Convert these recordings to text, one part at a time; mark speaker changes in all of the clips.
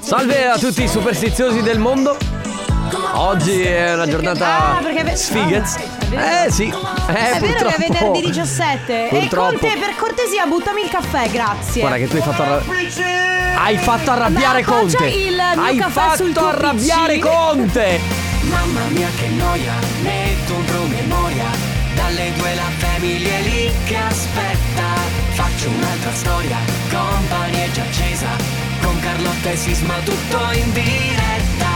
Speaker 1: Salve a tutti i Oh. superstiziosi del mondo. Oggi è una giornata
Speaker 2: Ah, perché ave-
Speaker 1: sfighez.
Speaker 2: Ah, è vero.
Speaker 1: Eh sì, eh,
Speaker 2: È vero che è
Speaker 1: purtroppo.
Speaker 2: venerdì 17
Speaker 1: Purtroppo.
Speaker 2: E Conte per cortesia buttami il caffè grazie
Speaker 1: Guarda che tu hai fatto arrabbiare. Hai fatto arrabbiare
Speaker 2: No, faccio
Speaker 1: Conte.
Speaker 2: il mio
Speaker 1: hai
Speaker 2: caffè
Speaker 1: fatto
Speaker 2: sul tuo
Speaker 1: arrabbiare
Speaker 2: PC.
Speaker 1: Conte.
Speaker 3: Mamma mia che noia, metto un promemoria Dalle due la famiglia è lì che aspetta Faccio un'altra storia, company è già accesa Con Carlotta e Sisma tutto in diretta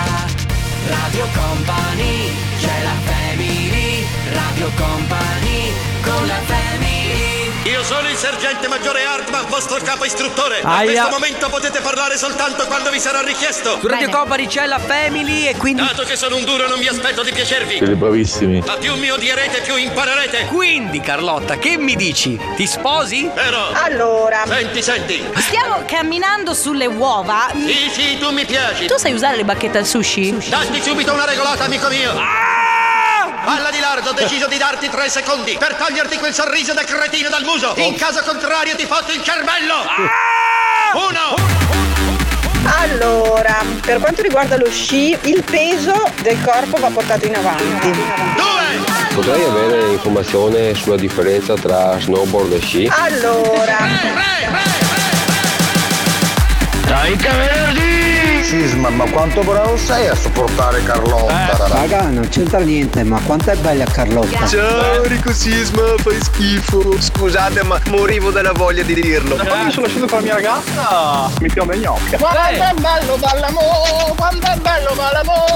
Speaker 3: Radio Company, c'è la family Radio Company, con la family
Speaker 4: Io sono il sergente maggiore Hartman, vostro capo istruttore. A
Speaker 1: Aia.
Speaker 4: questo momento potete parlare soltanto quando vi sarà richiesto.
Speaker 1: Su Radio
Speaker 2: Bene.
Speaker 1: Company c'è la Family e quindi
Speaker 4: Dato che sono un duro non mi aspetto di piacervi.
Speaker 5: Siete bravissimi.
Speaker 4: Ma più mi odierete più imparerete.
Speaker 1: quindi Carlotta, che mi dici? Ti sposi?
Speaker 4: Vero?
Speaker 6: Allora,
Speaker 4: Senti, senti.
Speaker 2: Stiamo camminando sulle uova
Speaker 4: Sì, sì, tu mi piaci.
Speaker 2: Tu sai usare le bacchette al sushi?
Speaker 4: Datti subito una regolata, amico mio. Alla di lardo, ho deciso di darti tre secondi per toglierti quel sorriso da cretino dal muso. In caso contrario ti fotto il cervello. Uno.
Speaker 6: allora, per quanto riguarda lo sci, il peso del corpo va Ecco portato in avanti.
Speaker 4: Due.
Speaker 7: Potrei avere informazione sulla differenza tra snowboard e sci?
Speaker 6: Allora,
Speaker 8: Sisma, ma quanto bravo sei a sopportare Carlotta?
Speaker 9: Raga, non c'entra niente, ma quanto è bella Carlotta.
Speaker 5: Ciao Rico Sisma, fai schifo. Scusate, ma morivo dalla voglia di dirlo. Ma quando mi sono lasciato con la mia ragazza, mi piamo le gnocche. Eh.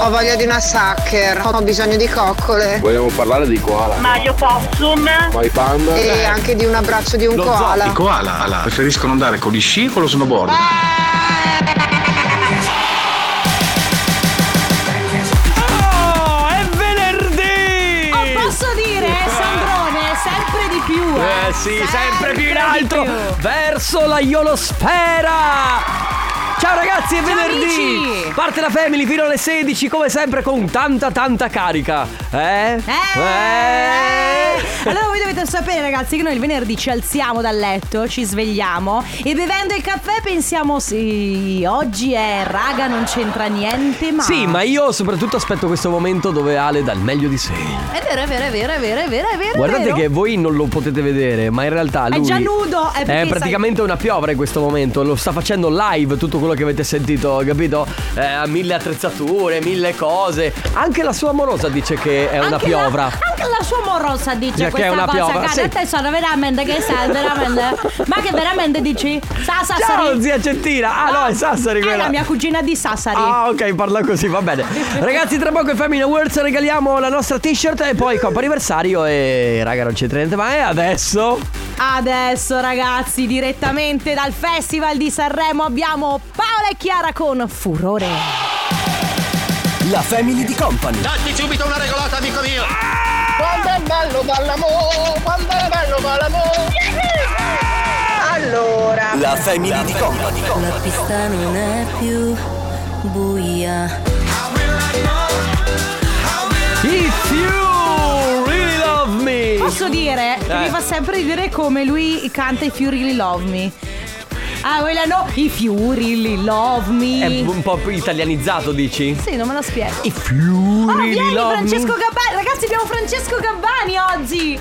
Speaker 6: ho voglia di una sucker, ho bisogno di coccole
Speaker 7: Vogliamo parlare di koala? Mario Possum? Mai panda?
Speaker 9: Eh,
Speaker 5: Eh.
Speaker 6: e anche di un abbraccio di un koala.
Speaker 8: Koala, ala. preferiscono andare con gli sci o con lo snowboard?
Speaker 1: Oh, è venerdì!
Speaker 2: Oh, posso dire Sandrone sempre di più eh,
Speaker 1: Eh sì, sempre più in
Speaker 2: di
Speaker 1: alto
Speaker 2: più.
Speaker 1: verso la ionosfera. Ciao ragazzi, è venerdì!
Speaker 2: amici!
Speaker 1: Parte la family fino alle 16, come sempre con tanta tanta carica. Eh?
Speaker 2: Eh.
Speaker 1: Eh?
Speaker 2: Allora voi dovete sapere ragazzi che noi il venerdì ci alziamo dal letto, ci svegliamo e bevendo il caffè pensiamo sì, oggi è raga non c'entra niente ma...
Speaker 1: Sì, ma io soprattutto aspetto questo momento dove Ale dà il meglio di sé.
Speaker 2: È vero, è vero, è vero, è vero, è vero, è vero.
Speaker 1: Guardate
Speaker 2: è vero.
Speaker 1: che voi non lo potete vedere, ma in realtà lui
Speaker 2: già nudo, è
Speaker 1: È,
Speaker 2: perché,
Speaker 1: praticamente una piovra in questo momento, lo sta facendo live tutto quello che avete sentito, capito? Eh, mille attrezzature, mille cose. Anche la sua amorosa dice che è una
Speaker 2: Anche
Speaker 1: piovra.
Speaker 2: La, Ah, anche la sua morosa dice
Speaker 1: Perché è
Speaker 2: questa
Speaker 1: una
Speaker 2: cosa.
Speaker 1: piovra,
Speaker 2: cara,
Speaker 1: sì.
Speaker 2: te sono veramente che sai, veramente. Ma che veramente dici? Sa, Sassari.
Speaker 1: Ciao zia Cettina. Ah no, è Sassari
Speaker 2: È
Speaker 1: quella.
Speaker 2: la mia cugina di Sassari.
Speaker 1: Ah ok, parla così, va bene. Ragazzi, tra poco in Family Awards regaliamo la nostra t-shirt e poi compa anniversario e raga non c'entra niente, ma è adesso.
Speaker 2: Adesso ragazzi, direttamente dal Festival di Sanremo abbiamo Paola e Chiara con Furore.
Speaker 1: La Family di Company.
Speaker 4: Datti subito una regolata, amico mio.
Speaker 6: Allora,
Speaker 1: La Family di Company.
Speaker 10: La pista non è più buia.
Speaker 1: If you really love me.
Speaker 2: Posso dire che
Speaker 1: Eh.
Speaker 2: mi fa sempre ridere come lui canta I Fiori Really Love Me. Ah, quella no, I Fiori Really Love
Speaker 1: È
Speaker 2: Me.
Speaker 1: un po' più italianizzato, dici?
Speaker 2: Sì, non me lo spiego.
Speaker 1: I fiori
Speaker 2: Oh, vieni
Speaker 1: di love
Speaker 2: Francesco Gabbani. Ragazzi, abbiamo Francesco Gabbani oggi.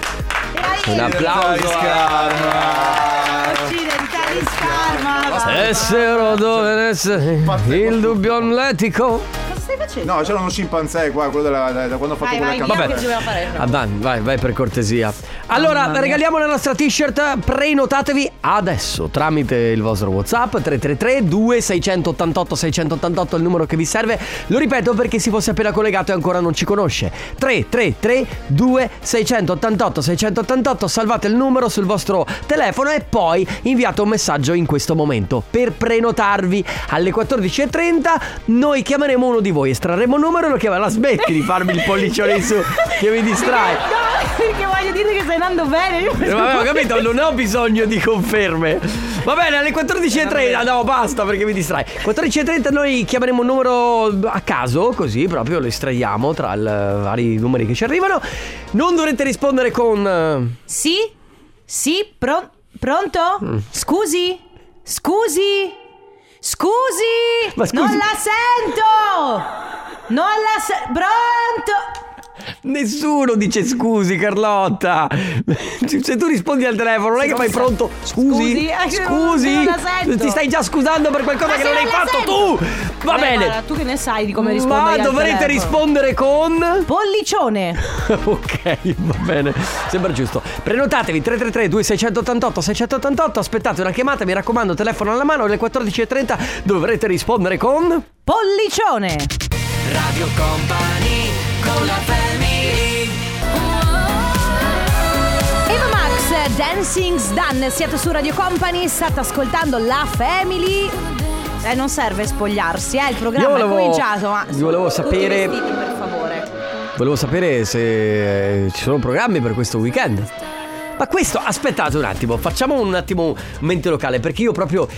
Speaker 1: me. Un applauso.
Speaker 2: Occidentali scarma.
Speaker 1: Essero dove essere il dubbio amletico.
Speaker 2: Cosa stai facendo?
Speaker 8: No, c'era uno scimpanzé qua, quello della- da, da quando ho fatto
Speaker 2: Vai,
Speaker 8: quella campagna.
Speaker 2: vai, via
Speaker 1: Ecco, Vabbè.
Speaker 2: che ci dobbiamo fare.
Speaker 1: Adan, vai, vai per cortesia. Allora, regaliamo la nostra t-shirt. Prenotatevi adesso tramite il vostro WhatsApp 333 2688 688 il numero che vi serve. Lo ripeto perché si fosse appena collegato e ancora non ci conosce. 333 2688 688 salvate il numero sul vostro telefono e poi inviate un messaggio in questo momento. Per prenotarvi alle 14:30 noi chiameremo uno di voi, estrarremo un numero e lo chiamerà. Smetti di farmi il pollicione in su che mi distrai.
Speaker 2: No, perché voglio dire che stai andando bene. Io
Speaker 1: Eh,
Speaker 2: pensavo-
Speaker 1: Vabbè, ho capito, non ho bisogno di conferme. Va bene, alle 14.30. ah, No, basta perché mi distrai. 14.30 noi chiameremo un numero a caso, così proprio lo estraiamo tra i vari numeri che ci arrivano. Non dovrete rispondere con. eh,
Speaker 2: Sì?
Speaker 1: Mm.
Speaker 2: Sì? Pro- pronto? Scusi? Scusi? Scusi!
Speaker 1: Ma scusi-
Speaker 2: Non la sento! Non la sento! Pronto!
Speaker 1: Nessuno dice scusi, Carlotta. Se tu rispondi al telefono, non è che fai pronto. Scusi,
Speaker 2: Scusi, eh,
Speaker 1: scusi.
Speaker 2: non la sento.
Speaker 1: Ti stai già scusando per qualcosa
Speaker 2: Ma
Speaker 1: che
Speaker 2: se
Speaker 1: non hai
Speaker 2: non la
Speaker 1: fatto tu.
Speaker 2: sento. Eh,
Speaker 1: Va
Speaker 2: Beh, guarda,
Speaker 1: bene.
Speaker 2: tu che ne sai di come rispondere?
Speaker 1: Ma
Speaker 2: al
Speaker 1: dovrete
Speaker 2: telefono?
Speaker 1: rispondere con.
Speaker 2: Pollicione!
Speaker 1: ok, va bene. Sembra giusto. Prenotatevi 333 2688 688. Aspettate una chiamata, mi raccomando, telefono alla mano. Alle 14.30 dovrete rispondere con.
Speaker 2: Pollicione!
Speaker 3: Radio Company con la family
Speaker 2: Eva Max, Dancing's Done, siete su Radio Company, state ascoltando la Family. Eh, non serve spogliarsi, eh, il programma
Speaker 1: Io volevo-
Speaker 2: è cominciato, ma...
Speaker 1: io volevo
Speaker 2: Tutti
Speaker 1: sapere-
Speaker 2: vestiti, per favore.
Speaker 1: Volevo sapere se eh, ci sono programmi per questo weekend. Ma questo, aspettate un attimo, facciamo un attimo mente locale, perché io proprio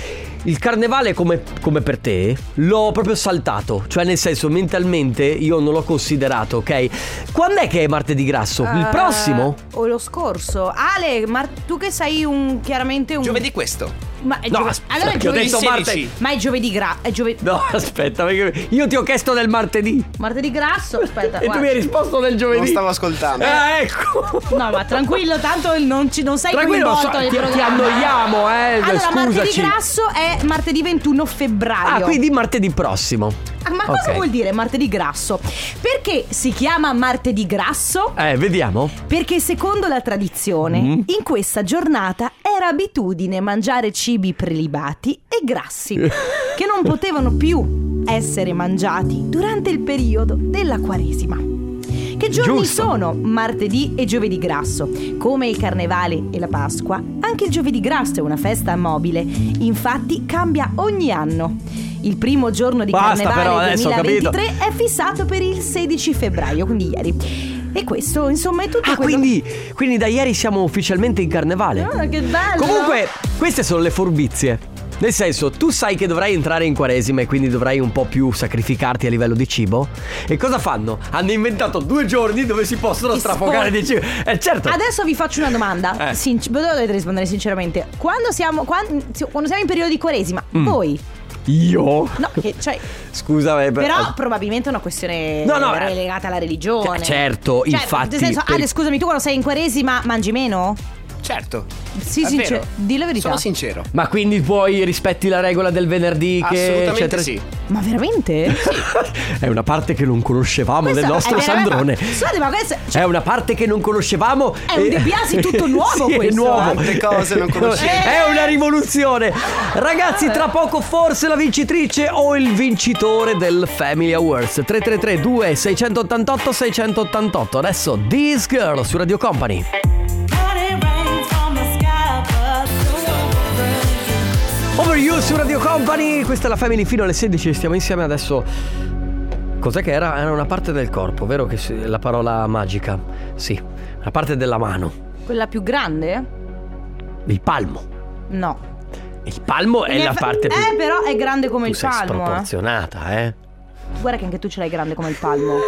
Speaker 1: il carnevale come, come per te l'ho proprio saltato, cioè nel senso mentalmente io non l'ho considerato, ok? Quando è che è martedì grasso? Il
Speaker 2: Eh,
Speaker 1: prossimo?
Speaker 2: O lo scorso. Ale, ma tu che sei un chiaramente un.
Speaker 11: Giovedì questo.
Speaker 2: Ma è
Speaker 1: No,
Speaker 2: giove-
Speaker 1: aspetta,
Speaker 2: Allora è
Speaker 1: che ho
Speaker 2: giovedì.
Speaker 1: detto martedì.
Speaker 2: Ma è giovedì gra. È giovedì.
Speaker 1: No, aspetta, perché io ti ho chiesto del martedì
Speaker 2: Martedì grasso? Aspetta.
Speaker 1: e tu
Speaker 2: Eh, guarda.
Speaker 1: mi hai risposto del
Speaker 11: Non
Speaker 1: giovedì.
Speaker 11: stavo ascoltando.
Speaker 1: Ah, ecco.
Speaker 2: No, ma tranquillo, tanto non, ci, non sei
Speaker 1: Tranquillo, so-
Speaker 2: coinvolto nel
Speaker 1: ti, ti
Speaker 2: programma.
Speaker 1: annoiamo, eh.
Speaker 2: eh, Allora, martedì
Speaker 1: scusaci.
Speaker 2: grasso è martedì 21 febbraio.
Speaker 1: Ah, quindi martedì prossimo.
Speaker 2: Ah, Ma cosa
Speaker 1: Ok.
Speaker 2: vuol dire martedì grasso? Perché si chiama martedì grasso?
Speaker 1: Eh, vediamo.
Speaker 2: Perché secondo la tradizione,
Speaker 1: Mm-hmm.
Speaker 2: in questa giornata era abitudine mangiare cibi prelibati e grassi
Speaker 1: Eh.
Speaker 2: che non potevano più essere mangiati durante il periodo della Quaresima. Che giorni
Speaker 1: Giusto.
Speaker 2: sono martedì e giovedì grasso? Come il carnevale e la Pasqua, anche il giovedì grasso è una festa mobile, infatti cambia ogni anno. Il primo giorno di
Speaker 1: Basta, però,
Speaker 2: carnevale
Speaker 1: adesso ho capito.
Speaker 2: 2023 è fissato per il 16 febbraio, quindi ieri. E questo, insomma, è tutto
Speaker 1: Ah,
Speaker 2: quello
Speaker 1: quindi, quindi da ieri siamo ufficialmente in carnevale.
Speaker 2: Ecco, Ah, che bello!
Speaker 1: Comunque, queste sono le furbizie. Nel senso, tu sai che dovrai entrare in quaresima e quindi dovrai un po' più sacrificarti a livello di cibo. E cosa fanno? Hanno inventato due giorni dove si possono
Speaker 2: Ti
Speaker 1: strafogare
Speaker 2: spo-
Speaker 1: di cibo. Eh, certo.
Speaker 2: Adesso vi faccio una domanda.
Speaker 1: Eh.
Speaker 2: Sinc- voi dovete rispondere sinceramente. Quando siamo, quan- si- quando siamo in periodo di quaresima,
Speaker 1: Mm.
Speaker 2: voi.
Speaker 1: Io?
Speaker 2: No, che, cioè,
Speaker 1: Scusa, ma è per- eh,
Speaker 2: però probabilmente è una questione
Speaker 1: No, no, eh.
Speaker 2: legata alla religione.
Speaker 1: Cioè, certo,
Speaker 2: Cioè,
Speaker 1: infatti,
Speaker 2: Nel senso,
Speaker 1: per-
Speaker 2: Ale, scusami, tu quando sei in quaresima mangi meno?
Speaker 11: Certo.
Speaker 2: Sì,
Speaker 11: È
Speaker 2: sincero.
Speaker 11: vero.
Speaker 2: Di la verità.
Speaker 11: Sono sincero.
Speaker 1: Ma quindi poi rispetti la regola del venerdì che
Speaker 11: Assolutamente
Speaker 1: eccetera-
Speaker 11: sì.
Speaker 2: Ma veramente?
Speaker 1: È una parte che non conoscevamo
Speaker 2: Questo
Speaker 1: del nostro
Speaker 2: è veramente-
Speaker 1: Sandrone.
Speaker 2: Scusate, ma questo.
Speaker 1: È una parte che non conoscevamo.
Speaker 2: È un
Speaker 1: Eh,
Speaker 2: De Biasi tutto nuovo
Speaker 1: sì, È
Speaker 2: questo. eh.
Speaker 1: nuovo.
Speaker 11: Tante cose non conoscevo.
Speaker 1: È una rivoluzione. Ragazzi, tra poco forse la vincitrice o il vincitore del Family Awards. 333 2688 688. Adesso This Girl su Radio Company. Over You su Radio Company, questa è la Family fino alle 16, stiamo insieme adesso. Cos'è che era? Era una parte del corpo, vero che sì, la parola magica? Sì, la parte della mano,
Speaker 2: Quella più grande?
Speaker 1: il palmo.
Speaker 2: No.
Speaker 1: Il palmo è
Speaker 2: Ne
Speaker 1: la
Speaker 2: fa-
Speaker 1: parte più...
Speaker 2: Eh, però è grande come
Speaker 1: Tu
Speaker 2: il
Speaker 1: sei
Speaker 2: palmo. eh.
Speaker 1: sproporzionata, eh.
Speaker 2: Guarda che anche tu ce l'hai grande come il palmo.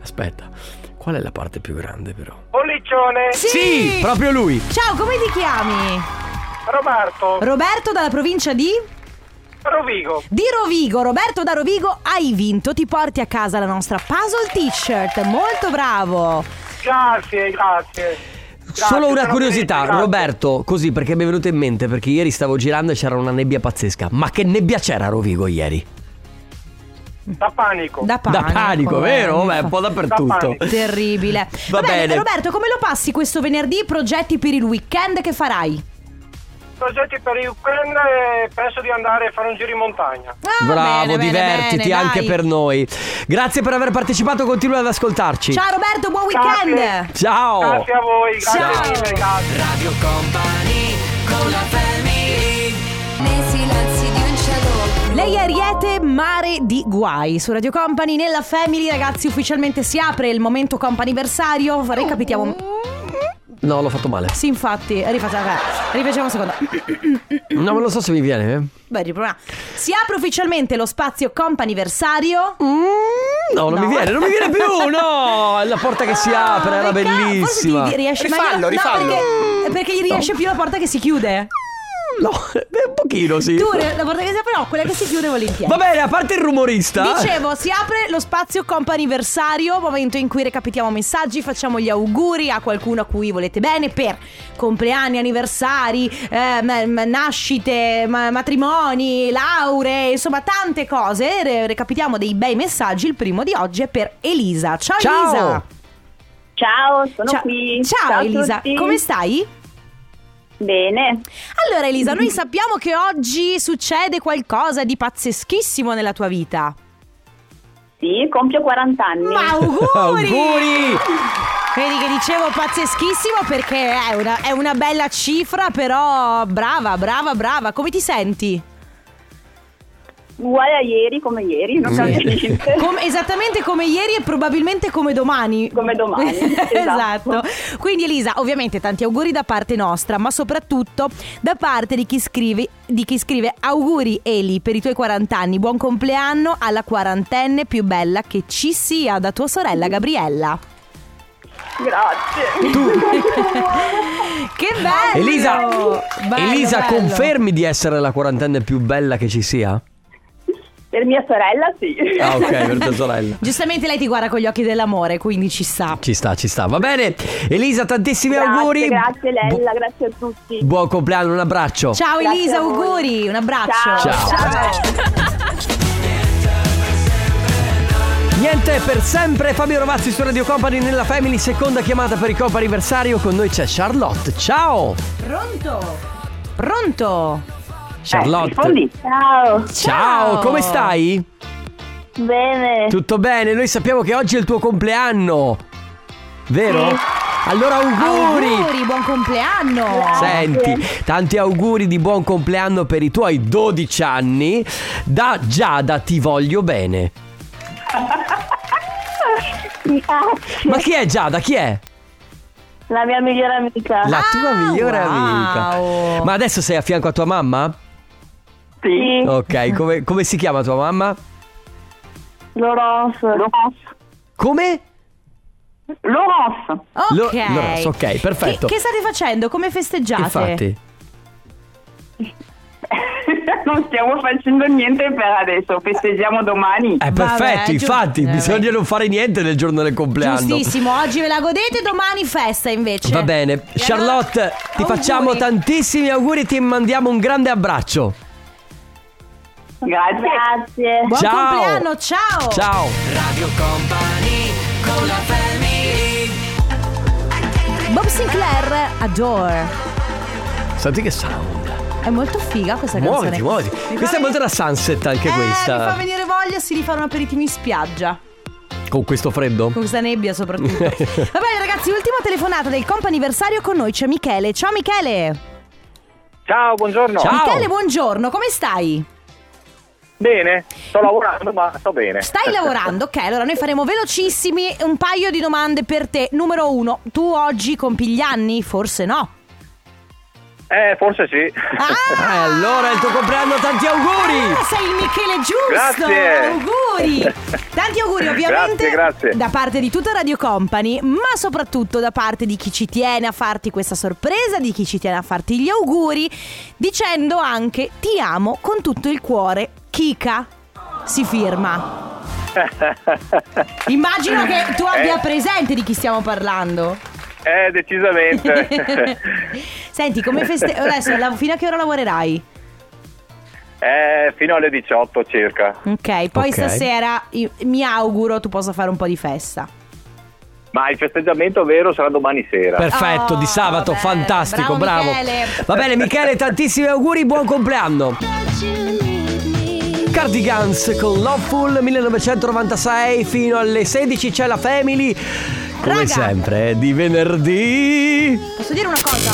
Speaker 1: Aspetta, qual è la parte più grande però?
Speaker 5: Pollicione,
Speaker 1: Sì, proprio lui.
Speaker 2: Ciao, come ti chiami?
Speaker 5: Roberto,
Speaker 2: Roberto dalla provincia di?
Speaker 5: Rovigo.
Speaker 2: Di Rovigo. Roberto da Rovigo, hai vinto. Ti porti a casa la nostra puzzle t-shirt. Molto bravo.
Speaker 5: Grazie, grazie.
Speaker 1: Solo una curiosità, Roberto, così perché mi è venuto in mente, perché ieri stavo girando e c'era una nebbia pazzesca. Ma che nebbia c'era a Rovigo ieri?
Speaker 5: Da panico.
Speaker 2: Da panico.
Speaker 1: da panico,
Speaker 2: eh,
Speaker 1: vero?
Speaker 2: mi
Speaker 1: Vabbè,
Speaker 2: fa-
Speaker 1: un po' dappertutto.
Speaker 5: panico.
Speaker 2: Terribile.
Speaker 1: Va bene.
Speaker 2: Roberto, come lo passi questo venerdì? Progetti per il weekend che farai?
Speaker 5: Progetti per il weekend e penso di andare a fare un giro in montagna.
Speaker 2: Ah,
Speaker 1: Bravo,
Speaker 2: bene, bene,
Speaker 1: divertiti
Speaker 2: bene,
Speaker 1: anche
Speaker 2: dai.
Speaker 1: per noi. Grazie per aver partecipato, continua ad ascoltarci.
Speaker 2: Ciao Roberto, buon
Speaker 5: Grazie.
Speaker 2: weekend.
Speaker 1: Ciao.
Speaker 5: Grazie a voi, grazie
Speaker 2: Ciao.
Speaker 5: mille, grazie.
Speaker 3: Radio Company con la family
Speaker 10: Nei silenzi di un cielo.
Speaker 2: Lei è Ariete Mare di Guai su Radio Company nella Family, ragazzi, ufficialmente si apre il momento companiversario. Recapitiamo.
Speaker 1: No, l'ho fatto male.
Speaker 2: Sì, infatti, rifacciamo, vabbè, rifacciamo un secondo.
Speaker 1: No, ma non so se mi viene. eh.
Speaker 2: Beh, riproviamo. Si apre ufficialmente lo spazio companiversario.
Speaker 1: Mm, No, non
Speaker 2: No.
Speaker 1: mi viene, non mi viene più. No, è la porta che si
Speaker 2: Ah,
Speaker 1: apre, era
Speaker 2: peccato, forse
Speaker 1: bellissima.
Speaker 2: ti riesce meglio-
Speaker 11: Rifallo,
Speaker 2: no,
Speaker 11: rifallo.
Speaker 2: perché, perché gli riesce più la porta che si chiude.
Speaker 1: No, beh, un pochino sì.
Speaker 2: Tu re- la porta che si apre, no, quella che si chiude volentieri.
Speaker 1: Va bene, a parte il rumorista. eh.
Speaker 2: Dicevo, si apre lo spazio comp'anniversario, momento in cui recapitiamo messaggi, facciamo gli auguri a qualcuno a cui volete bene per compleanni, anniversari, eh, ma- ma- nascite, ma- matrimoni, lauree, insomma tante cose. Re- recapitiamo dei bei messaggi. Il primo di oggi è per Elisa. Ciao,
Speaker 1: Ciao.
Speaker 2: Elisa.
Speaker 12: Ciao, sono
Speaker 2: Ciao-
Speaker 12: qui.
Speaker 2: Ciao,
Speaker 12: a
Speaker 2: Elisa,
Speaker 12: tutti.
Speaker 2: come stai?
Speaker 12: Bene.
Speaker 2: Allora Elisa, noi sappiamo che oggi succede qualcosa di pazzeschissimo nella tua vita.
Speaker 12: Sì, compio 40 anni.
Speaker 2: Ma auguri!
Speaker 1: Auguri!
Speaker 2: Vedi che dicevo pazzeschissimo perché è una, è una bella cifra, però brava, brava, brava. Come ti senti?
Speaker 12: Uguale a ieri come ieri, non cambia niente.
Speaker 2: Come- esattamente come ieri e probabilmente come domani.
Speaker 12: Come domani,
Speaker 2: esatto. Quindi Elisa, ovviamente tanti auguri da parte nostra, ma soprattutto da parte di chi scrive, di chi scrive auguri Eli per i tuoi 40 anni, buon compleanno alla quarantenne più bella che ci sia da tua sorella Gabriella.
Speaker 12: Grazie.
Speaker 2: Che bello!
Speaker 1: Elisa,
Speaker 2: Bello,
Speaker 1: Elisa
Speaker 2: bello.
Speaker 1: confermi di essere la quarantenne più bella che ci sia?
Speaker 12: Per mia sorella sì.
Speaker 1: Ah, ok, per tua sorella.
Speaker 2: Giustamente lei ti guarda con gli occhi dell'amore, quindi ci sta.
Speaker 1: Ci sta, ci sta. Va bene. Elisa, tantissimi
Speaker 12: Grazie,
Speaker 1: auguri.
Speaker 12: grazie Lella,
Speaker 1: Bu-
Speaker 12: grazie a tutti.
Speaker 1: buon compleanno, un abbraccio.
Speaker 2: Ciao
Speaker 12: Grazie
Speaker 2: Elisa,
Speaker 12: a voi.
Speaker 2: auguri, un abbraccio.
Speaker 1: Ciao.
Speaker 12: Ciao.
Speaker 1: Niente per sempre Fabio Rovazzi su Radio Company nella Family, seconda chiamata per il Coppa anniversario. Con noi c'è Charlotte. Ciao!
Speaker 2: Eh, Pronto? Pronto?
Speaker 1: Charlotte.
Speaker 12: Eh, Ciao.
Speaker 1: Ciao, come stai?
Speaker 12: Bene.
Speaker 1: Tutto bene? Noi sappiamo che oggi è il tuo compleanno. Vero? Allora auguri.
Speaker 2: Auguri, buon compleanno.
Speaker 1: Senti, tanti auguri di buon compleanno per i tuoi 12 anni. Da Giada ti voglio bene.
Speaker 12: Grazie.
Speaker 1: Ma chi è Giada? Chi è?
Speaker 12: Ah, La mia migliore amica.
Speaker 1: La tua migliore
Speaker 2: wow.
Speaker 1: amica. Ma adesso sei a fianco a tua mamma?
Speaker 12: Sì.
Speaker 1: Ok, come, come si chiama tua mamma?
Speaker 12: Loros.
Speaker 1: Come?
Speaker 12: Loros.
Speaker 2: Ok.
Speaker 1: Lo- Lorenzo, ok, perfetto.
Speaker 2: Che, che state facendo? Come festeggiate?
Speaker 1: Infatti.
Speaker 12: Non stiamo facendo niente per adesso, festeggiamo domani.
Speaker 1: È
Speaker 2: Vabbè,
Speaker 1: Eh, perfetto,
Speaker 2: giu-
Speaker 1: infatti,
Speaker 2: vabbè.
Speaker 1: bisogna non fare niente nel giorno del compleanno.
Speaker 2: Giustissimo, oggi ve la godete, domani festa invece.
Speaker 1: Va bene,
Speaker 2: allora,
Speaker 1: Charlotte, ti
Speaker 2: auguri.
Speaker 1: facciamo tantissimi auguri e ti mandiamo un grande abbraccio.
Speaker 12: Grazie. Grazie.
Speaker 2: Buon
Speaker 1: Ciao.
Speaker 2: compleanno, ciao.
Speaker 1: Ciao.
Speaker 2: Bob Sinclair, Adore.
Speaker 1: Senti che sound.
Speaker 2: È molto figa questa
Speaker 1: Muoviti,
Speaker 2: canzone.
Speaker 1: muoviti.
Speaker 2: Mi
Speaker 1: Questa
Speaker 2: fa
Speaker 1: è molto
Speaker 2: venire-
Speaker 1: da sunset anche
Speaker 2: eh, Mi fa
Speaker 1: questa.
Speaker 2: venire voglia sì, di fare un aperitivo in spiaggia.
Speaker 1: Con questo freddo?
Speaker 2: Con questa nebbia soprattutto. Va bene ragazzi, ultima telefonata del comp'anniversario con noi c'è Michele. Ciao Michele.
Speaker 5: Ciao, buongiorno.
Speaker 1: Ciao.
Speaker 2: Michele, buongiorno, come stai?
Speaker 5: Bene, sto lavorando ma sto bene.
Speaker 2: Stai lavorando? Ok, allora noi faremo velocissimi un paio di domande per te. Numero uno, tu oggi compi gli anni? Forse no.
Speaker 5: Eh, forse sì.
Speaker 1: Eh,
Speaker 2: Ah,
Speaker 1: allora il tuo compleanno, tanti
Speaker 2: allora
Speaker 1: auguri.
Speaker 2: sei il Michele giusto!
Speaker 5: Grazie.
Speaker 2: Auguri! Tanti auguri ovviamente
Speaker 5: Grazie, grazie.
Speaker 2: da parte di tutta Radio Company, ma soprattutto da parte di chi ci tiene a farti questa sorpresa, di chi ci tiene a farti gli auguri, dicendo anche ti amo con tutto il cuore. Kika si firma. Immagino che tu abbia
Speaker 5: Eh.
Speaker 2: presente di chi stiamo parlando.
Speaker 5: Eh, decisamente.
Speaker 2: Senti, come feste... Adesso, la- fino a che ora lavorerai?
Speaker 5: eh, fino alle 18 circa.
Speaker 2: Ok, poi
Speaker 1: Ok.
Speaker 2: stasera io- mi auguro tu possa fare un po' di festa.
Speaker 5: Ma il festeggiamento vero sarà domani sera.
Speaker 1: Perfetto,
Speaker 2: Oh,
Speaker 1: di sabato,
Speaker 2: vabbè.
Speaker 1: fantastico, bravo.
Speaker 2: Bravo, Michele.
Speaker 1: Va bene Michele, tantissimi auguri, buon compleanno. Cardigans con Loveful 1996 fino alle 16 c'è la Family. Come
Speaker 2: Raga.
Speaker 1: sempre, eh, di venerdì.
Speaker 2: Posso dire una cosa?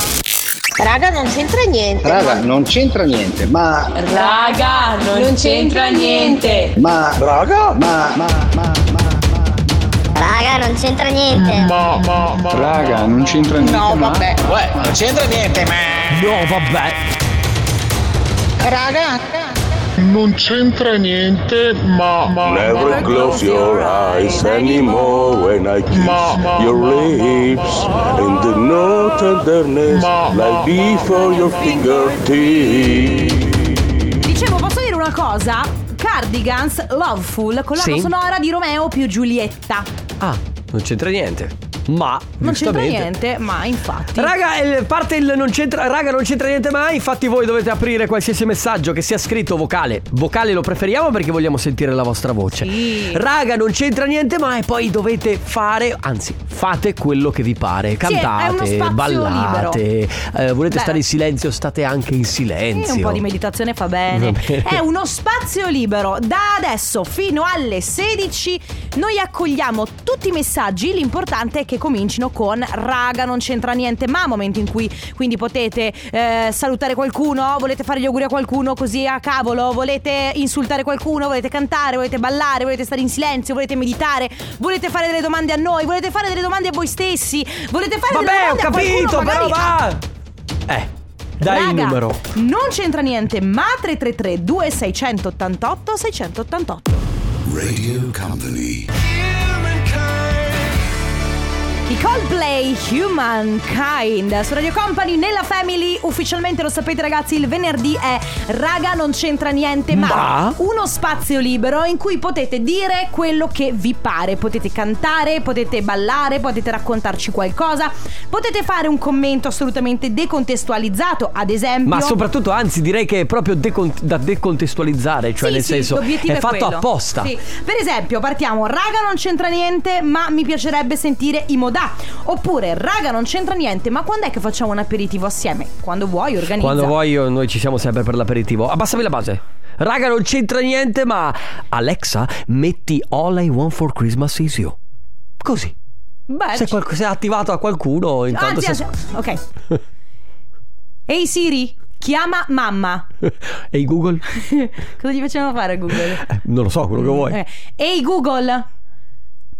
Speaker 6: Raga, non c'entra niente.
Speaker 9: Raga, non c'entra niente, ma...
Speaker 6: Raga, non, c'entra niente.
Speaker 9: Ma... Raga? Ma... Ma... Ma...
Speaker 10: Raga, non c'entra niente.
Speaker 8: Raga, non c'entra niente. No, vabbè.
Speaker 1: No, vabbè.
Speaker 6: Raga,
Speaker 13: Non c'entra niente, ma... ma
Speaker 14: Never close your eyes anymore when I kiss your lips and the no tenderness like before your fingertips.
Speaker 2: Dicevo, posso dire una cosa? Cardigans Loveful con la
Speaker 1: Sì.
Speaker 2: sonora di Romeo più Giulietta.
Speaker 1: Ah, non c'entra niente. Ma
Speaker 2: Non c'entra
Speaker 1: giustamente-
Speaker 2: niente, ma infatti.
Speaker 1: Raga, il- parte il non c'entra, raga, non c'entra niente mai. Infatti, voi dovete aprire qualsiasi messaggio che sia scritto vocale. Vocale lo preferiamo perché vogliamo sentire la vostra voce. Raga, non c'entra niente mai. Poi dovete fare, anzi, fate quello che vi pare. Cantate,
Speaker 2: è uno spazio
Speaker 1: ballate. eh, volete
Speaker 2: Beh.
Speaker 1: stare in silenzio, state anche in silenzio.
Speaker 2: Sì, un po' di meditazione fa bene.
Speaker 1: Va bene.
Speaker 2: È uno spazio libero. Da adesso fino alle 16 noi accogliamo tutti i messaggi. L'importante è che comincino con raga, non c'entra niente, ma momento in cui quindi potete eh, salutare qualcuno, volete fare gli auguri a qualcuno così a cavolo, volete insultare qualcuno, volete cantare, volete ballare, volete stare in silenzio, volete meditare, volete fare delle domande a noi, volete fare delle domande a voi stessi, volete fare delle
Speaker 1: Vabbè, ho
Speaker 2: domande a
Speaker 1: capito,
Speaker 2: qualcuno
Speaker 1: però
Speaker 2: magari-
Speaker 1: va. Eh, dai il
Speaker 2: Raga,
Speaker 1: numero.
Speaker 2: Non c'entra niente, ma 333 2688 688.
Speaker 15: Radio Company.
Speaker 2: I Coldplay Humankind su Radio Company nella Family ufficialmente lo sapete ragazzi il venerdì è raga non c'entra niente ma,
Speaker 1: Ma?
Speaker 2: uno spazio libero in cui potete dire quello che vi pare potete cantare potete ballare potete raccontarci qualcosa potete fare un commento assolutamente decontestualizzato ad esempio
Speaker 1: Ma soprattutto, anzi, direi che è proprio decon- da decontestualizzare, cioè
Speaker 2: Sì,
Speaker 1: nel
Speaker 2: sì,
Speaker 1: senso
Speaker 2: l'obiettivo
Speaker 1: è fatto
Speaker 2: quello.
Speaker 1: apposta.
Speaker 2: Sì. Per esempio, partiamo, raga non c'entra niente, ma mi piacerebbe sentire i modà. Oppure, raga non c'entra niente, ma quando è che facciamo un aperitivo assieme? Quando vuoi, organizza.
Speaker 1: Quando vuoi io- noi ci siamo sempre per l'aperitivo. Abbassami la base. Raga, non c'entra niente, ma Alexa, metti All I Want for Christmas is You. Così.
Speaker 2: Beh,
Speaker 1: Se, qualc- se è attivato a qualcuno, intanto
Speaker 2: Eh, anzi,
Speaker 1: si-
Speaker 2: anzi, ok. Ehi Siri, chiama mamma.
Speaker 1: Ehi Google,
Speaker 2: Cosa gli facciamo fare a Google?
Speaker 1: Eh, non lo so quello che vuoi.
Speaker 2: Eh, Ehi Google,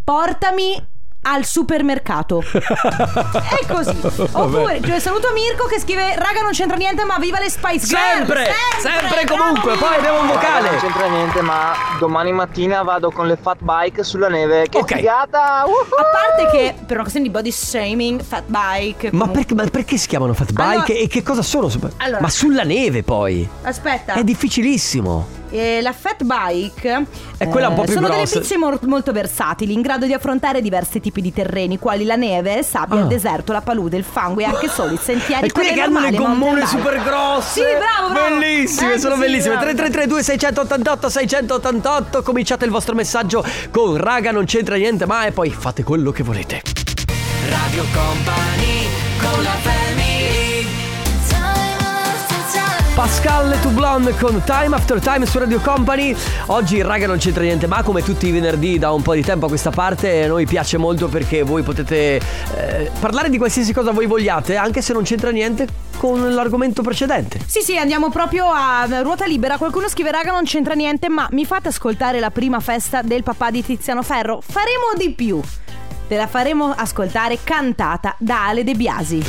Speaker 2: portami al supermercato. È così. Oppure, cioè, saluto Mirko che scrive: Raga, non c'entra niente, ma viva le Spice Girls!
Speaker 1: Sempre, sempre e comunque, poi abbiamo un vocale.
Speaker 16: Non c'entra niente, ma domani mattina vado con le fat bike sulla neve. Che
Speaker 1: Ok.
Speaker 16: figata! uh! Woohoo!
Speaker 2: A parte che per una questione di body shaming, fat bike.
Speaker 1: Ma
Speaker 2: comunque-
Speaker 1: perché, ma perché si chiamano fat bike
Speaker 2: Allora-
Speaker 1: e che cosa sono?
Speaker 2: Allora-
Speaker 1: Ma sulla neve poi.
Speaker 2: Aspetta,
Speaker 1: È difficilissimo.
Speaker 2: eh, la fat bike eh,
Speaker 1: È quella un po' più
Speaker 2: sono
Speaker 1: grossa.
Speaker 2: delle pizze mor- molto versatili, in grado di affrontare diversi tipi di terreni, quali la neve, sabbia,
Speaker 1: Ah.
Speaker 2: il deserto, la palude, il fango e anche solo i sentieri.
Speaker 1: E quelle
Speaker 2: con
Speaker 1: che hanno le
Speaker 2: normali
Speaker 1: gommone
Speaker 2: mountain bike.
Speaker 1: super grosse
Speaker 2: Sì, bravo, bravo.
Speaker 1: Bellissime,
Speaker 2: Eh,
Speaker 1: sono
Speaker 2: sì,
Speaker 1: bellissime
Speaker 2: bravo.
Speaker 1: 3332 688 688 Cominciate il vostro messaggio con Raga non c'entra niente ma E poi fate quello che volete
Speaker 3: Radio Company con la family.
Speaker 1: Pascal to Blonde con Time After Time su Radio Company Oggi Raga non c'entra niente ma come tutti i venerdì da un po' di tempo a questa parte A noi piace molto perché voi potete eh, parlare di qualsiasi cosa voi vogliate Anche se non c'entra niente con l'argomento precedente
Speaker 2: Sì, sì, andiamo proprio a mm, ruota libera. Qualcuno scrive: Raga, non c'entra niente, ma mi fate ascoltare la prima festa del papà di Tiziano Ferro. Faremo di più. Te la faremo ascoltare cantata da Ale De Biasi.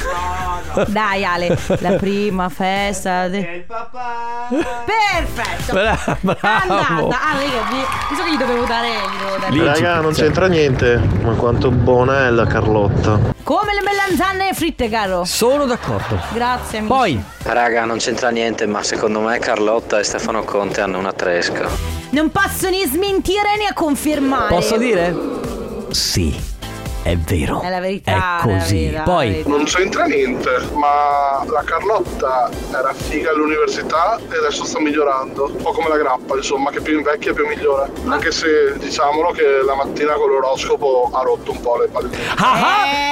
Speaker 2: Dai, Ale, la prima festa del papà. Perfetto.
Speaker 1: Bra-
Speaker 2: Andata.
Speaker 1: Bravo
Speaker 2: Ah, vedi, vedi, visto che gli dovevo dare. Gli dovevo dare.
Speaker 17: Raga, non
Speaker 1: Cioè,
Speaker 17: c'entra niente, ma quanto buona è la Carlotta.
Speaker 2: Come le melanzane fritte, caro.
Speaker 1: Sono d'accordo.
Speaker 2: Grazie, amico.
Speaker 1: Poi
Speaker 18: Raga, non c'entra niente, ma secondo me Carlotta e Stefano Conte hanno una tresca.
Speaker 2: Non posso né smentire né confermare.
Speaker 1: Posso dire? Sì, è vero.
Speaker 2: È la verità.
Speaker 1: È così.
Speaker 2: la verità, la
Speaker 1: Poi
Speaker 2: verità.
Speaker 19: Non c'entra niente, ma la Carlotta era figa all'università e adesso sta migliorando. Un po' come la grappa, insomma, che più invecchia più migliora. Anche se diciamolo che la mattina con l'oroscopo ha rotto un po' le palline.
Speaker 1: Ah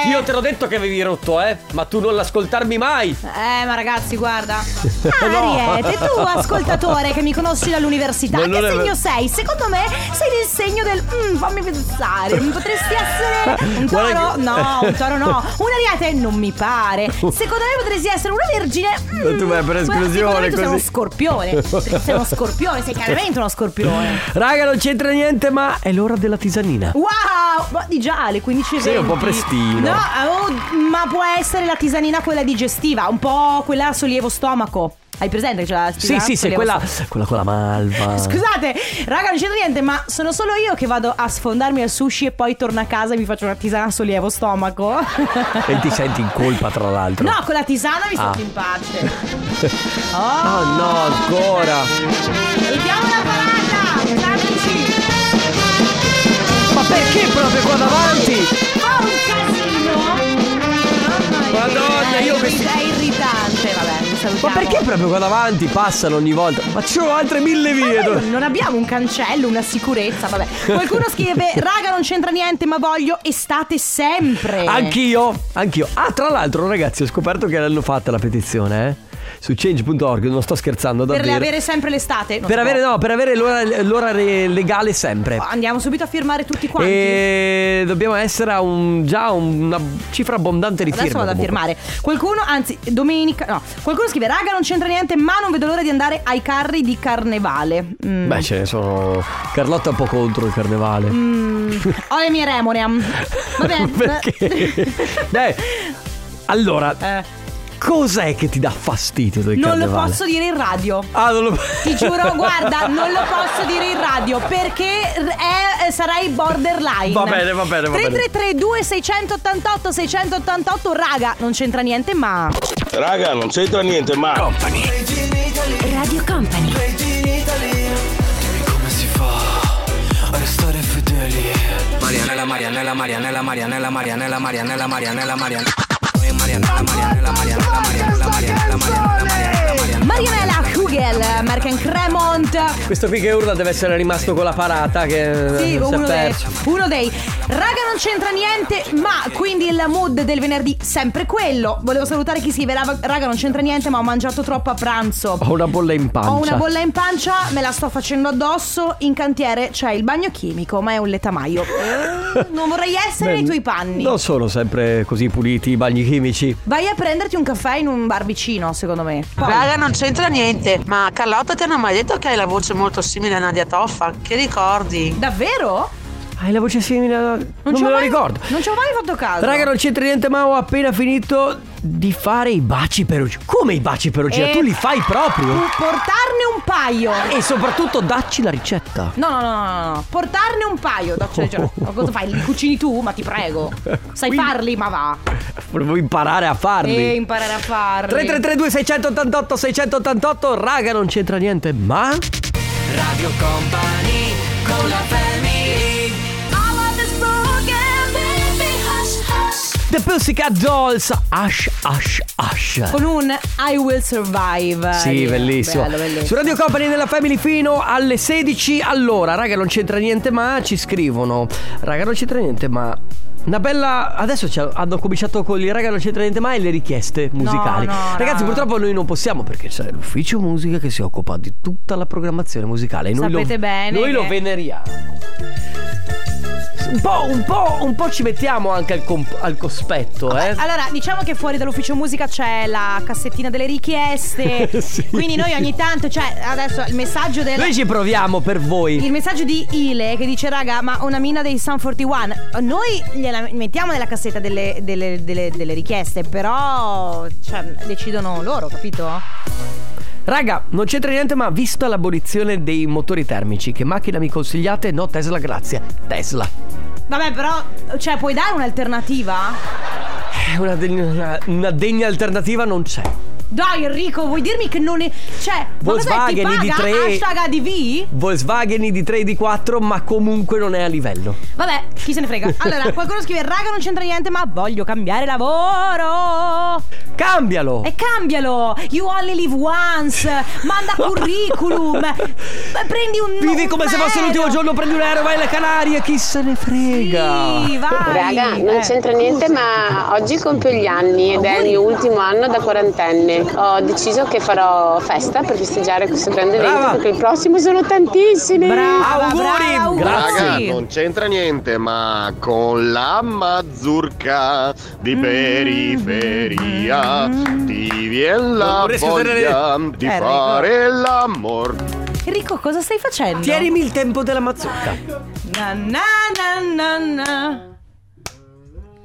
Speaker 1: ah! Io te l'ho detto che avevi rotto, eh? Ma tu non l'ascoltarmi mai!
Speaker 2: Eh, ma ragazzi, guarda.
Speaker 1: No.
Speaker 2: Ariete, tu ascoltatore che mi conosci dall'università,
Speaker 1: Non
Speaker 2: che
Speaker 1: lo deve-
Speaker 2: segno sei? Secondo me sei nel segno del mm, fammi pensare, mm, potresti essere un
Speaker 1: Guarda
Speaker 2: toro?
Speaker 1: che-
Speaker 2: No, un toro no. Un ariete? Non mi pare. Secondo me potresti essere una vergine? Mm,
Speaker 1: Ma tu vai per
Speaker 2: guarda,
Speaker 1: esclusione,
Speaker 2: secondo me tu sei
Speaker 1: così.
Speaker 2: uno scorpione. Sei uno scorpione, sei chiaramente uno scorpione.
Speaker 1: Raga, non c'entra niente, ma è l'ora della tisanina.
Speaker 2: Uh, Wow, ma di già alle 15.20
Speaker 1: Sei un po' prestino.
Speaker 2: No, oh, ma può essere la tisanina quella digestiva Un po' quella sollievo stomaco Hai presente? Cioè, la
Speaker 1: Sì, sì, sì,
Speaker 2: Spinazzola?
Speaker 1: quella, quella con la malva.
Speaker 2: Scusate, raga, non c'entra niente, ma sono solo io che vado a sfondarmi al sushi e poi torno a casa e mi faccio una tisana sollievo stomaco.
Speaker 1: E ti senti in colpa, tra l'altro.
Speaker 2: No, con la tisana mi
Speaker 1: Ah.
Speaker 2: sento in pace.
Speaker 1: Oh. no, ancora.
Speaker 2: Vediamo la parata, amici.
Speaker 1: Ma perché proprio qua davanti?
Speaker 2: Fa Oh, un casino.
Speaker 1: Madonna, io
Speaker 2: mi
Speaker 1: questi-
Speaker 2: È irritante, vabbè, mi salutiamo.
Speaker 1: Ma perché proprio qua davanti passano ogni volta? Ma ci sono altre mille vie. dove-
Speaker 2: Non abbiamo un cancello, una sicurezza, vabbè. Qualcuno scrive, raga, non c'entra niente, ma voglio estate sempre.
Speaker 1: Anch'io, anch'io. Ah, tra l'altro, ragazzi, ho scoperto che l'hanno fatta la petizione, eh. Su change.org, non sto scherzando
Speaker 2: Per
Speaker 1: davvero.
Speaker 2: avere sempre l'estate. non
Speaker 1: Per
Speaker 2: si
Speaker 1: avere,
Speaker 2: può.
Speaker 1: no, per avere l'ora, l'ora re- legale sempre.
Speaker 2: Andiamo subito a firmare tutti quanti.
Speaker 1: Eh, E dobbiamo essere a un, già un- una cifra abbondante di
Speaker 2: Adesso
Speaker 1: firme.
Speaker 2: vado a
Speaker 1: comunque.
Speaker 2: firmare. Qualcuno, anzi, domenica. No, qualcuno scrive: Raga, non c'entra niente, ma non vedo l'ora di andare ai carri di carnevale. Mm.
Speaker 1: Beh, ce ne sono. Carlotta è un po' contro il carnevale.
Speaker 2: Mm. Ho le mie remore. am. Vabbè.
Speaker 1: Perché? Beh, allora, cos'è che ti dà fastidio del
Speaker 2: Eh. Non lo
Speaker 1: carnevale?
Speaker 2: posso dire in radio.
Speaker 1: Ah, non lo
Speaker 2: Ti giuro, guarda, non lo posso dire in radio perché r- è- sarai borderline.
Speaker 1: Va bene, va bene, va bene.
Speaker 2: 3332 688 688 raga, non c'entra niente, ma
Speaker 14: Raga, non c'entra niente, ma. Company.
Speaker 10: Radio Company.
Speaker 3: Come si fa a restare fedeli? Marianella, Marianella, Marianella, Marianella, Marianella, Marianella, Marianella, Marianella. Noi Marianella, Marianella, Marianella, Marianella, Marianella, Marianella, Marianella.
Speaker 2: Marianella Hugel, Marken Cremont,
Speaker 1: Questo qui che urla deve essere rimasto con la parata che eh,
Speaker 2: Sì,
Speaker 1: si è
Speaker 2: uno dei,
Speaker 1: perso.
Speaker 2: uno dei. Raga, non c'entra niente, ma quindi il mood del venerdì sempre quello. Volevo salutare chi scrive "Raga, Raga, non c'entra niente, ma ho mangiato troppo a pranzo.
Speaker 1: Ho una bolla in pancia.
Speaker 2: Ho una bolla in pancia, me la sto facendo addosso. In cantiere c'è il bagno chimico, ma è un letamaio. Eh, non vorrei essere
Speaker 1: Beh,
Speaker 2: nei tuoi panni.
Speaker 1: Non sono sempre così puliti i bagni chimici.
Speaker 2: Vai a prenderti un caffè in un bar vicino, secondo me.
Speaker 1: Ah.
Speaker 6: Raga, non c'entra niente, ma Carlotta ti hanno mai detto che hai la voce molto simile a Nadia Toffa? Che ricordi?
Speaker 2: Davvero?
Speaker 1: Hai la voce simile a... Non,
Speaker 2: ci ho
Speaker 1: me lo
Speaker 2: mai-
Speaker 1: ricordo.
Speaker 2: Non ci ho mai fatto caso.
Speaker 1: Raga, non c'entra niente, ma ho appena finito di fare i baci per Ogina. Come i baci per Ogina?
Speaker 2: Eh,
Speaker 1: Tu li fai proprio?
Speaker 2: Portarne un paio.
Speaker 1: E soprattutto dacci la ricetta.
Speaker 2: No, no, no, no, no, no. portarne un paio. No, cioè, cioè,
Speaker 1: Oh.
Speaker 2: ma cosa fai? Li cucini tu? Ma ti prego. Sai farli, ma va.
Speaker 1: Volevo imparare a farli.
Speaker 2: E imparare a farli.
Speaker 1: 3332 688 688 Raga, non c'entra niente, ma...
Speaker 3: Radio Company con la family.
Speaker 1: The Pussycat Dolls, Ash, Ash, Ash.
Speaker 2: Con un I will survive.
Speaker 1: Sì,
Speaker 2: Eh,
Speaker 1: bellissimo.
Speaker 2: bello, bellissimo.
Speaker 1: Su Radio Company della Family fino alle 16. Allora, raga, non c'entra niente, ma ci scrivono. Raga, non c'entra niente, ma. Una bella. Adesso c'è- hanno cominciato con il raga, non c'entra niente, ma e le richieste musicali.
Speaker 3: no,
Speaker 1: Ragazzi, purtroppo noi non possiamo perché c'è l'ufficio musica che si occupa di tutta la programmazione musicale. E Noi
Speaker 2: Sapete
Speaker 1: lo,
Speaker 2: bene
Speaker 1: Noi lo
Speaker 2: che-
Speaker 1: veneriamo. Un po', un po', un po' ci mettiamo anche al, comp- al cospetto, eh.
Speaker 2: Allora, diciamo che fuori dall'ufficio musica c'è la cassettina delle richieste.
Speaker 1: Sì.
Speaker 2: Quindi noi ogni tanto, cioè, adesso il messaggio del.
Speaker 1: Noi ci proviamo per voi.
Speaker 2: Il messaggio di Ile che dice raga ma una mina dei Sun 41 Noi gliela mettiamo nella cassetta delle, delle- delle- delle richieste Però cioè, decidono loro capito?
Speaker 1: Raga, non c'entra niente, ma vista l'abolizione dei motori termici, che macchina mi consigliate? No, Tesla, grazie. Tesla.
Speaker 2: Vabbè però cioè puoi dare un'alternativa?
Speaker 1: Eh, Una degna, una- una degna alternativa non c'è.
Speaker 2: Dai Enrico vuoi dirmi che non è... Cioè ma cos'è,
Speaker 1: Volkswagen
Speaker 2: ti paga?
Speaker 1: ID3.
Speaker 2: Hashtag ADV?
Speaker 1: Volkswagen ID3 D4, ma comunque non è a livello.
Speaker 2: Vabbè chi se ne frega Allora qualcuno scrive raga non c'entra niente ma voglio cambiare lavoro
Speaker 1: Cambialo!
Speaker 2: E cambialo! You only live once! Manda curriculum! Ma Prendi un
Speaker 1: Vivi
Speaker 2: un
Speaker 1: come se fosse
Speaker 2: aereo.
Speaker 1: l'ultimo giorno, prendi un aereo, vai alle Canarie, chi se ne frega.
Speaker 2: Sì, vai! Eh,
Speaker 20: Raga, non c'entra niente, ma oggi compio gli anni ed è il mio ultimo anno da quarantenne. Ho deciso che farò festa per festeggiare questo grande evento
Speaker 17: Brava.
Speaker 20: perché il prossimo sono tantissimi.
Speaker 17: Raga, non c'entra niente, ma con la mazzurca di periferia ti viene la
Speaker 14: Non riesco a
Speaker 17: voglia
Speaker 14: tenere-
Speaker 17: di
Speaker 14: Eh, Enrico.
Speaker 17: fare l'amor.
Speaker 2: Enrico, cosa stai facendo?
Speaker 1: Tienimi il tempo della mazzucca.
Speaker 2: Na na na na na.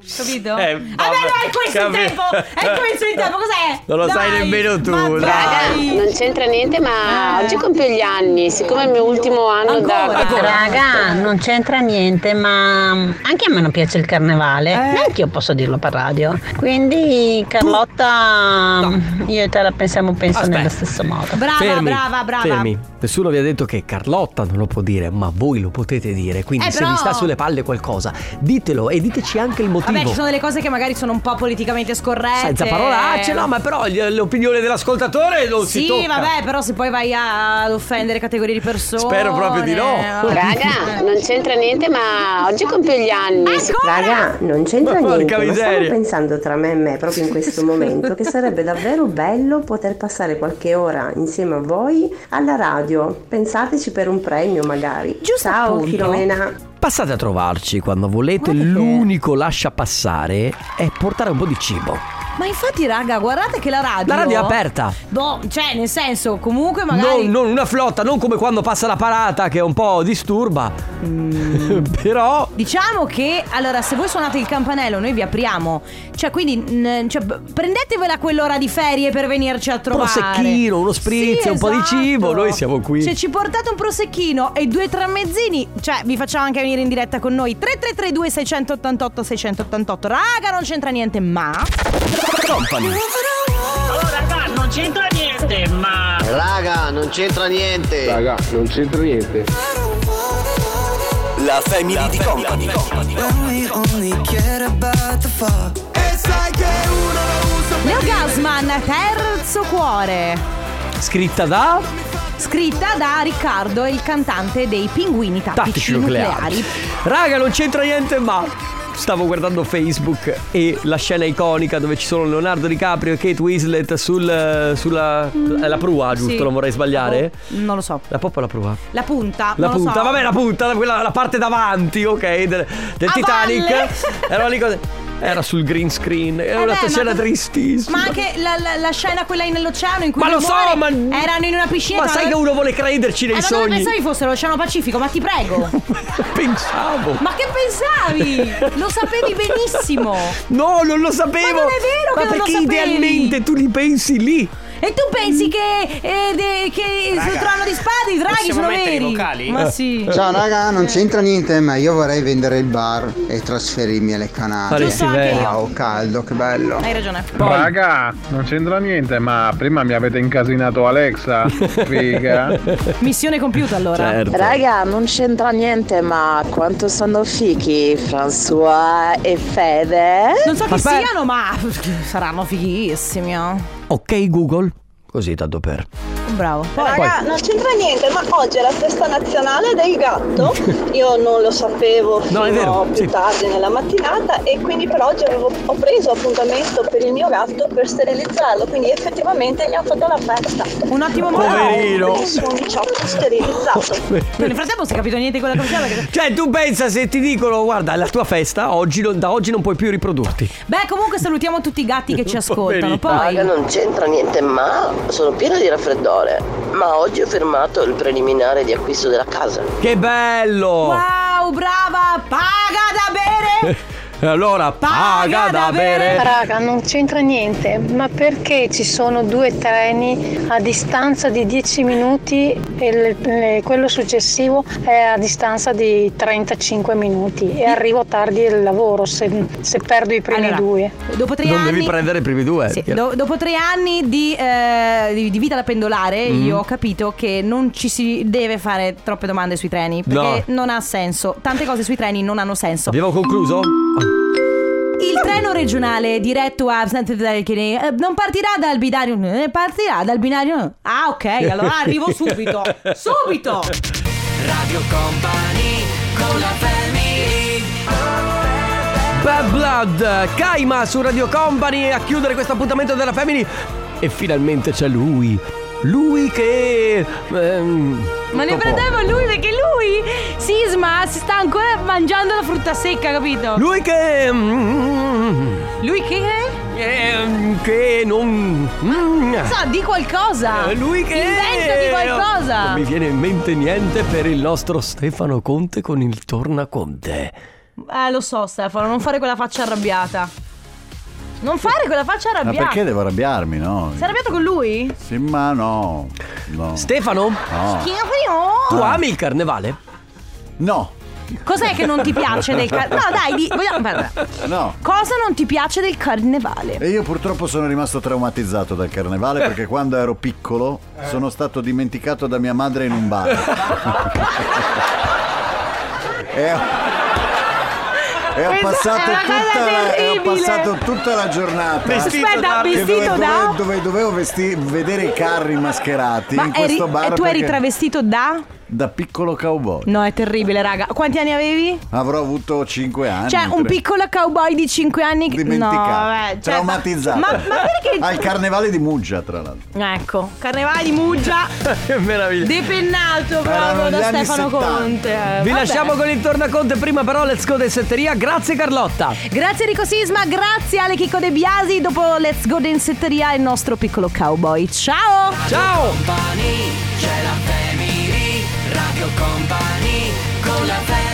Speaker 2: Capito?
Speaker 1: Eh,
Speaker 2: Vabbè,
Speaker 1: vabbè,
Speaker 2: no, è questo
Speaker 1: capi-
Speaker 2: il tempo! È questo il tempo, cos'è?
Speaker 1: Non lo sai nemmeno tu, dai.
Speaker 20: Raga, non c'entra niente,
Speaker 6: Ah.
Speaker 20: ma oggi compio gli anni, siccome è il mio ultimo anno da
Speaker 21: Raga, Ah, non c'entra niente, ma anche a me non piace il
Speaker 2: Eh,
Speaker 21: carnevale. Neanche io posso dirlo per radio. Quindi, Carlotta, io e te la pensiamo, penso, nello stesso modo.
Speaker 2: Brava,
Speaker 1: fermi,
Speaker 2: brava, brava.
Speaker 1: fermi. Nessuno vi ha detto che Carlotta non lo può dire, ma voi lo potete dire. Quindi,
Speaker 2: Eh,
Speaker 1: se
Speaker 2: però-
Speaker 1: vi sta sulle palle qualcosa, ditelo e diteci anche il motivo.
Speaker 2: Vabbè, ci sono delle cose che magari sono un po' politicamente scorrette.
Speaker 1: Senza parolacce, no, ma però gli- l'opinione dell'ascoltatore non si
Speaker 2: Sì,
Speaker 1: tocca.
Speaker 2: vabbè, però se poi vai a- ad offendere categorie di persone.
Speaker 1: Spero proprio di no.
Speaker 2: vabbè.
Speaker 20: Raga, non c'entra niente, ma oggi compio gli anni.
Speaker 22: Raga, non
Speaker 20: Ma
Speaker 22: c'entra
Speaker 20: porca
Speaker 22: niente, ma stavo
Speaker 20: miseria.
Speaker 22: pensando tra me e me proprio in questo momento che sarebbe davvero bello poter passare qualche ora insieme a voi alla radio. Pensateci per un premio magari. Ciao
Speaker 1: appunto.
Speaker 22: Filomena.
Speaker 1: Passate a trovarci quando volete. L'unico lascia passare è portare un po' di cibo.
Speaker 2: Ma infatti, raga, guardate che la radio.
Speaker 1: La radio è aperta.
Speaker 2: Boh, cioè, nel senso, comunque magari.
Speaker 1: Non, non una flotta, non come quando passa la parata che è un po' disturba.
Speaker 2: Mm.
Speaker 1: Però.
Speaker 2: Diciamo che allora se voi suonate il campanello noi vi apriamo. Cioè quindi mh, cioè, b- prendetevela quell'ora di ferie per venirci a
Speaker 1: Un
Speaker 2: trovare.
Speaker 1: prosecchino, uno spritz,
Speaker 2: Sì,
Speaker 1: un po' di
Speaker 2: esatto.
Speaker 1: cibo. Noi siamo qui.
Speaker 2: Se ci portate un prosecchino e due tramezzini, cioè vi facciamo anche venire in diretta con noi 3332 688 688. Raga, non c'entra niente, ma
Speaker 23: Allora, raga, non c'entra niente, ma. Raga, non c'entra niente.
Speaker 7: Raga, non c'entra niente.
Speaker 3: La family di company.
Speaker 2: Leo Gasman, terzo cuore.
Speaker 1: Scritta da.
Speaker 2: Scritta da Riccardo, il cantante dei Pinguini Tattici,
Speaker 1: Tattici nucleari. Raga, non c'entra niente, ma. Stavo guardando Facebook e la scena iconica dove ci sono Leonardo DiCaprio e Kate Winslet sul, eh, sulla. è la prua, giusto?
Speaker 2: Sì.
Speaker 1: Non vorrei sbagliare?
Speaker 2: Oh, Non lo so.
Speaker 1: La poppa o la prua?
Speaker 2: La punta.
Speaker 1: La
Speaker 2: non lo
Speaker 1: punta,
Speaker 2: so.
Speaker 1: vabbè, la punta, la- quella- la parte davanti, ok, del, del
Speaker 2: A
Speaker 1: Titanic.
Speaker 2: valle.
Speaker 1: Era lì così. Era sul green screen. Era una
Speaker 2: Vabbè, ma
Speaker 1: scena
Speaker 2: cosa-
Speaker 1: tristissima.
Speaker 2: Ma anche la, la- la scena quella in- nell'oceano in cui
Speaker 1: Ma
Speaker 2: lui
Speaker 1: lo so,
Speaker 2: muore,
Speaker 1: ma-
Speaker 2: erano in una piscina.
Speaker 1: Ma sai che uno vuole crederci nei
Speaker 2: eh, Ma dove
Speaker 1: sogni?
Speaker 2: pensavi fosse l'oceano Pacifico? Ma ti prego.
Speaker 1: Pensavo.
Speaker 2: ma che pensavi? Lo sapevi benissimo.
Speaker 1: No, non lo sapevo.
Speaker 2: Ma non è vero
Speaker 1: Ma
Speaker 2: che non lo
Speaker 1: perché
Speaker 2: sapevi.
Speaker 1: idealmente tu li pensi lì?
Speaker 2: E tu pensi che, eh, de- che
Speaker 1: Raga,
Speaker 2: sul trono di spade i draghi
Speaker 11: possiamo
Speaker 2: sono
Speaker 11: mettere i
Speaker 2: veri?
Speaker 11: vocali?
Speaker 2: Ma sì.
Speaker 9: Ciao raga, non c'entra niente, ma io vorrei vendere il bar e trasferirmi alle Canarie.
Speaker 2: Faresti Giusto, anche bene. io.
Speaker 9: Wow, caldo, che bello.
Speaker 2: Hai ragione.
Speaker 5: Raga, non c'entra niente, ma prima mi avete incasinato Alexa. Figa.
Speaker 2: Missione compiuta
Speaker 1: Cioè,
Speaker 2: allora.
Speaker 12: Certo.
Speaker 24: Raga, non c'entra niente, ma quanto sono fichi François e Fede.
Speaker 2: Non so chi
Speaker 24: Vabbè.
Speaker 2: siano, ma saranno fighissimi. oh.
Speaker 1: Ok, Google. Così, tanto per.
Speaker 2: Bravo.
Speaker 25: Raga, non c'entra niente, ma oggi è la festa nazionale del gatto. Io non lo sapevo fino
Speaker 1: No, è vero,
Speaker 25: più
Speaker 1: sì.
Speaker 25: tardi nella mattinata e quindi per oggi avevo- ho preso appuntamento per il mio gatto per sterilizzarlo, quindi effettivamente gli ho fatto la festa.
Speaker 2: Un attimo
Speaker 1: Poverino.
Speaker 25: Perché sono 18 sterilizzato.
Speaker 2: Nel frattempo non si è capito niente di quello che faceva. perché-
Speaker 1: Cioè, tu pensa se ti dicono, guarda, è la tua festa, oggi non- da oggi non puoi più riprodurti.
Speaker 2: Beh, comunque salutiamo tutti i gatti che ci ascoltano. Poi.
Speaker 24: Raga, non c'entra niente, ma sono piena di raffreddore. Ma oggi ho firmato il preliminare di acquisto della casa.
Speaker 1: Che bello!
Speaker 2: Wow, brava! Paga da bere!
Speaker 1: E Allora, paga, da bere.
Speaker 26: Raga, non c'entra niente, ma perché ci sono due treni a distanza di 10 minuti e il- eh, quello successivo è a distanza di 35 minuti e arrivo tardi al lavoro se, se perdo i primi
Speaker 2: Allora,
Speaker 26: due.
Speaker 2: Dopo tre
Speaker 1: non
Speaker 2: anni.
Speaker 1: devi prendere i primi due.
Speaker 2: Sì, do- dopo tre anni di, eh, di- di vita da pendolare,
Speaker 1: Mm.
Speaker 2: io ho capito che non ci si deve fare troppe domande sui treni. Perché non ha senso. Tante cose sui treni non hanno senso.
Speaker 1: Abbiamo concluso?
Speaker 2: Il treno regionale diretto a Sant'Edelchini eh, non partirà dal binario, eh, partirà dal binario. Ah, ok, allora arrivo subito. Subito!
Speaker 3: Radio Company con la family.
Speaker 1: Bad Blood, Kaima su Radio Company a chiudere questo appuntamento della Family. E finalmente c'è lui. Lui che. ehm,
Speaker 2: Ma ne
Speaker 1: dopo-
Speaker 2: prendevo lui perché lui, Sisma, si sta ancora mangiando la frutta secca, capito?
Speaker 1: Lui che. mm,
Speaker 2: Lui che?
Speaker 1: ehm, che non. mm,
Speaker 2: Non So, di qualcosa!
Speaker 1: eh, Lui che.
Speaker 2: Inventa di
Speaker 1: Non
Speaker 2: qualcosa!
Speaker 1: mi viene in mente niente per il nostro Stefano Conte con il Tornaconte.
Speaker 2: Eh, lo so, Stefano, non fare quella faccia arrabbiata. Non fare quella faccia
Speaker 17: Ma
Speaker 2: arrabbiata.
Speaker 17: perché devo arrabbiarmi, no?
Speaker 2: Sei arrabbiato con lui?
Speaker 17: Sì, ma no. no.
Speaker 1: Stefano?
Speaker 17: No.
Speaker 2: Schifo.
Speaker 1: Tu ami il carnevale?
Speaker 17: No.
Speaker 2: Cos'è che non ti piace del carnevale? No, dai, di... vogliamo... guarda.
Speaker 17: No.
Speaker 2: Cosa non ti piace del carnevale?
Speaker 17: E io purtroppo sono rimasto traumatizzato dal carnevale perché quando ero piccolo sono stato dimenticato da mia madre in un bar. e ho, e ho
Speaker 27: Questa è
Speaker 17: passato
Speaker 27: una cosa
Speaker 17: tutta la, e ho
Speaker 27: terribile.
Speaker 17: passato tutta la giornata
Speaker 27: Vestito Aspetta, da-
Speaker 17: che
Speaker 2: vestito
Speaker 17: dove,
Speaker 2: da-
Speaker 17: dove, dove dovevo vesti- vedere i carri mascherati
Speaker 2: Ma
Speaker 17: in questo
Speaker 2: eri-
Speaker 17: bar
Speaker 2: e tu eri
Speaker 17: perché-
Speaker 2: travestito da?
Speaker 17: da piccolo cowboy
Speaker 2: No, è terribile, raga. Quanti anni avevi?
Speaker 17: avrò avuto 5 anni
Speaker 2: Cioè, un
Speaker 17: tre.
Speaker 2: piccolo cowboy di 5 anni. che- No,
Speaker 17: dimenticato
Speaker 2: vabbè, cioè,
Speaker 17: traumatizzato
Speaker 2: Ma, ma perché.
Speaker 17: al carnevale di Muggia tra l'altro
Speaker 2: Ecco, carnevale di Muggia.
Speaker 1: che meraviglia. Erano
Speaker 2: Depennato proprio
Speaker 1: gli
Speaker 2: da
Speaker 1: anni
Speaker 2: Stefano
Speaker 1: 70.
Speaker 2: Conte. Eh,
Speaker 1: Vi
Speaker 2: vabbè.
Speaker 1: lasciamo con il tornaconte, prima però let's go del setteria. Grazie Carlotta.
Speaker 2: Grazie Rico Sisma, grazie Ale Chicco De Biasi. Dopo Let's Go Densetteria, il nostro piccolo cowboy. Ciao!
Speaker 1: Ciao!
Speaker 27: Company, c'è la family, Radio Company, con la family.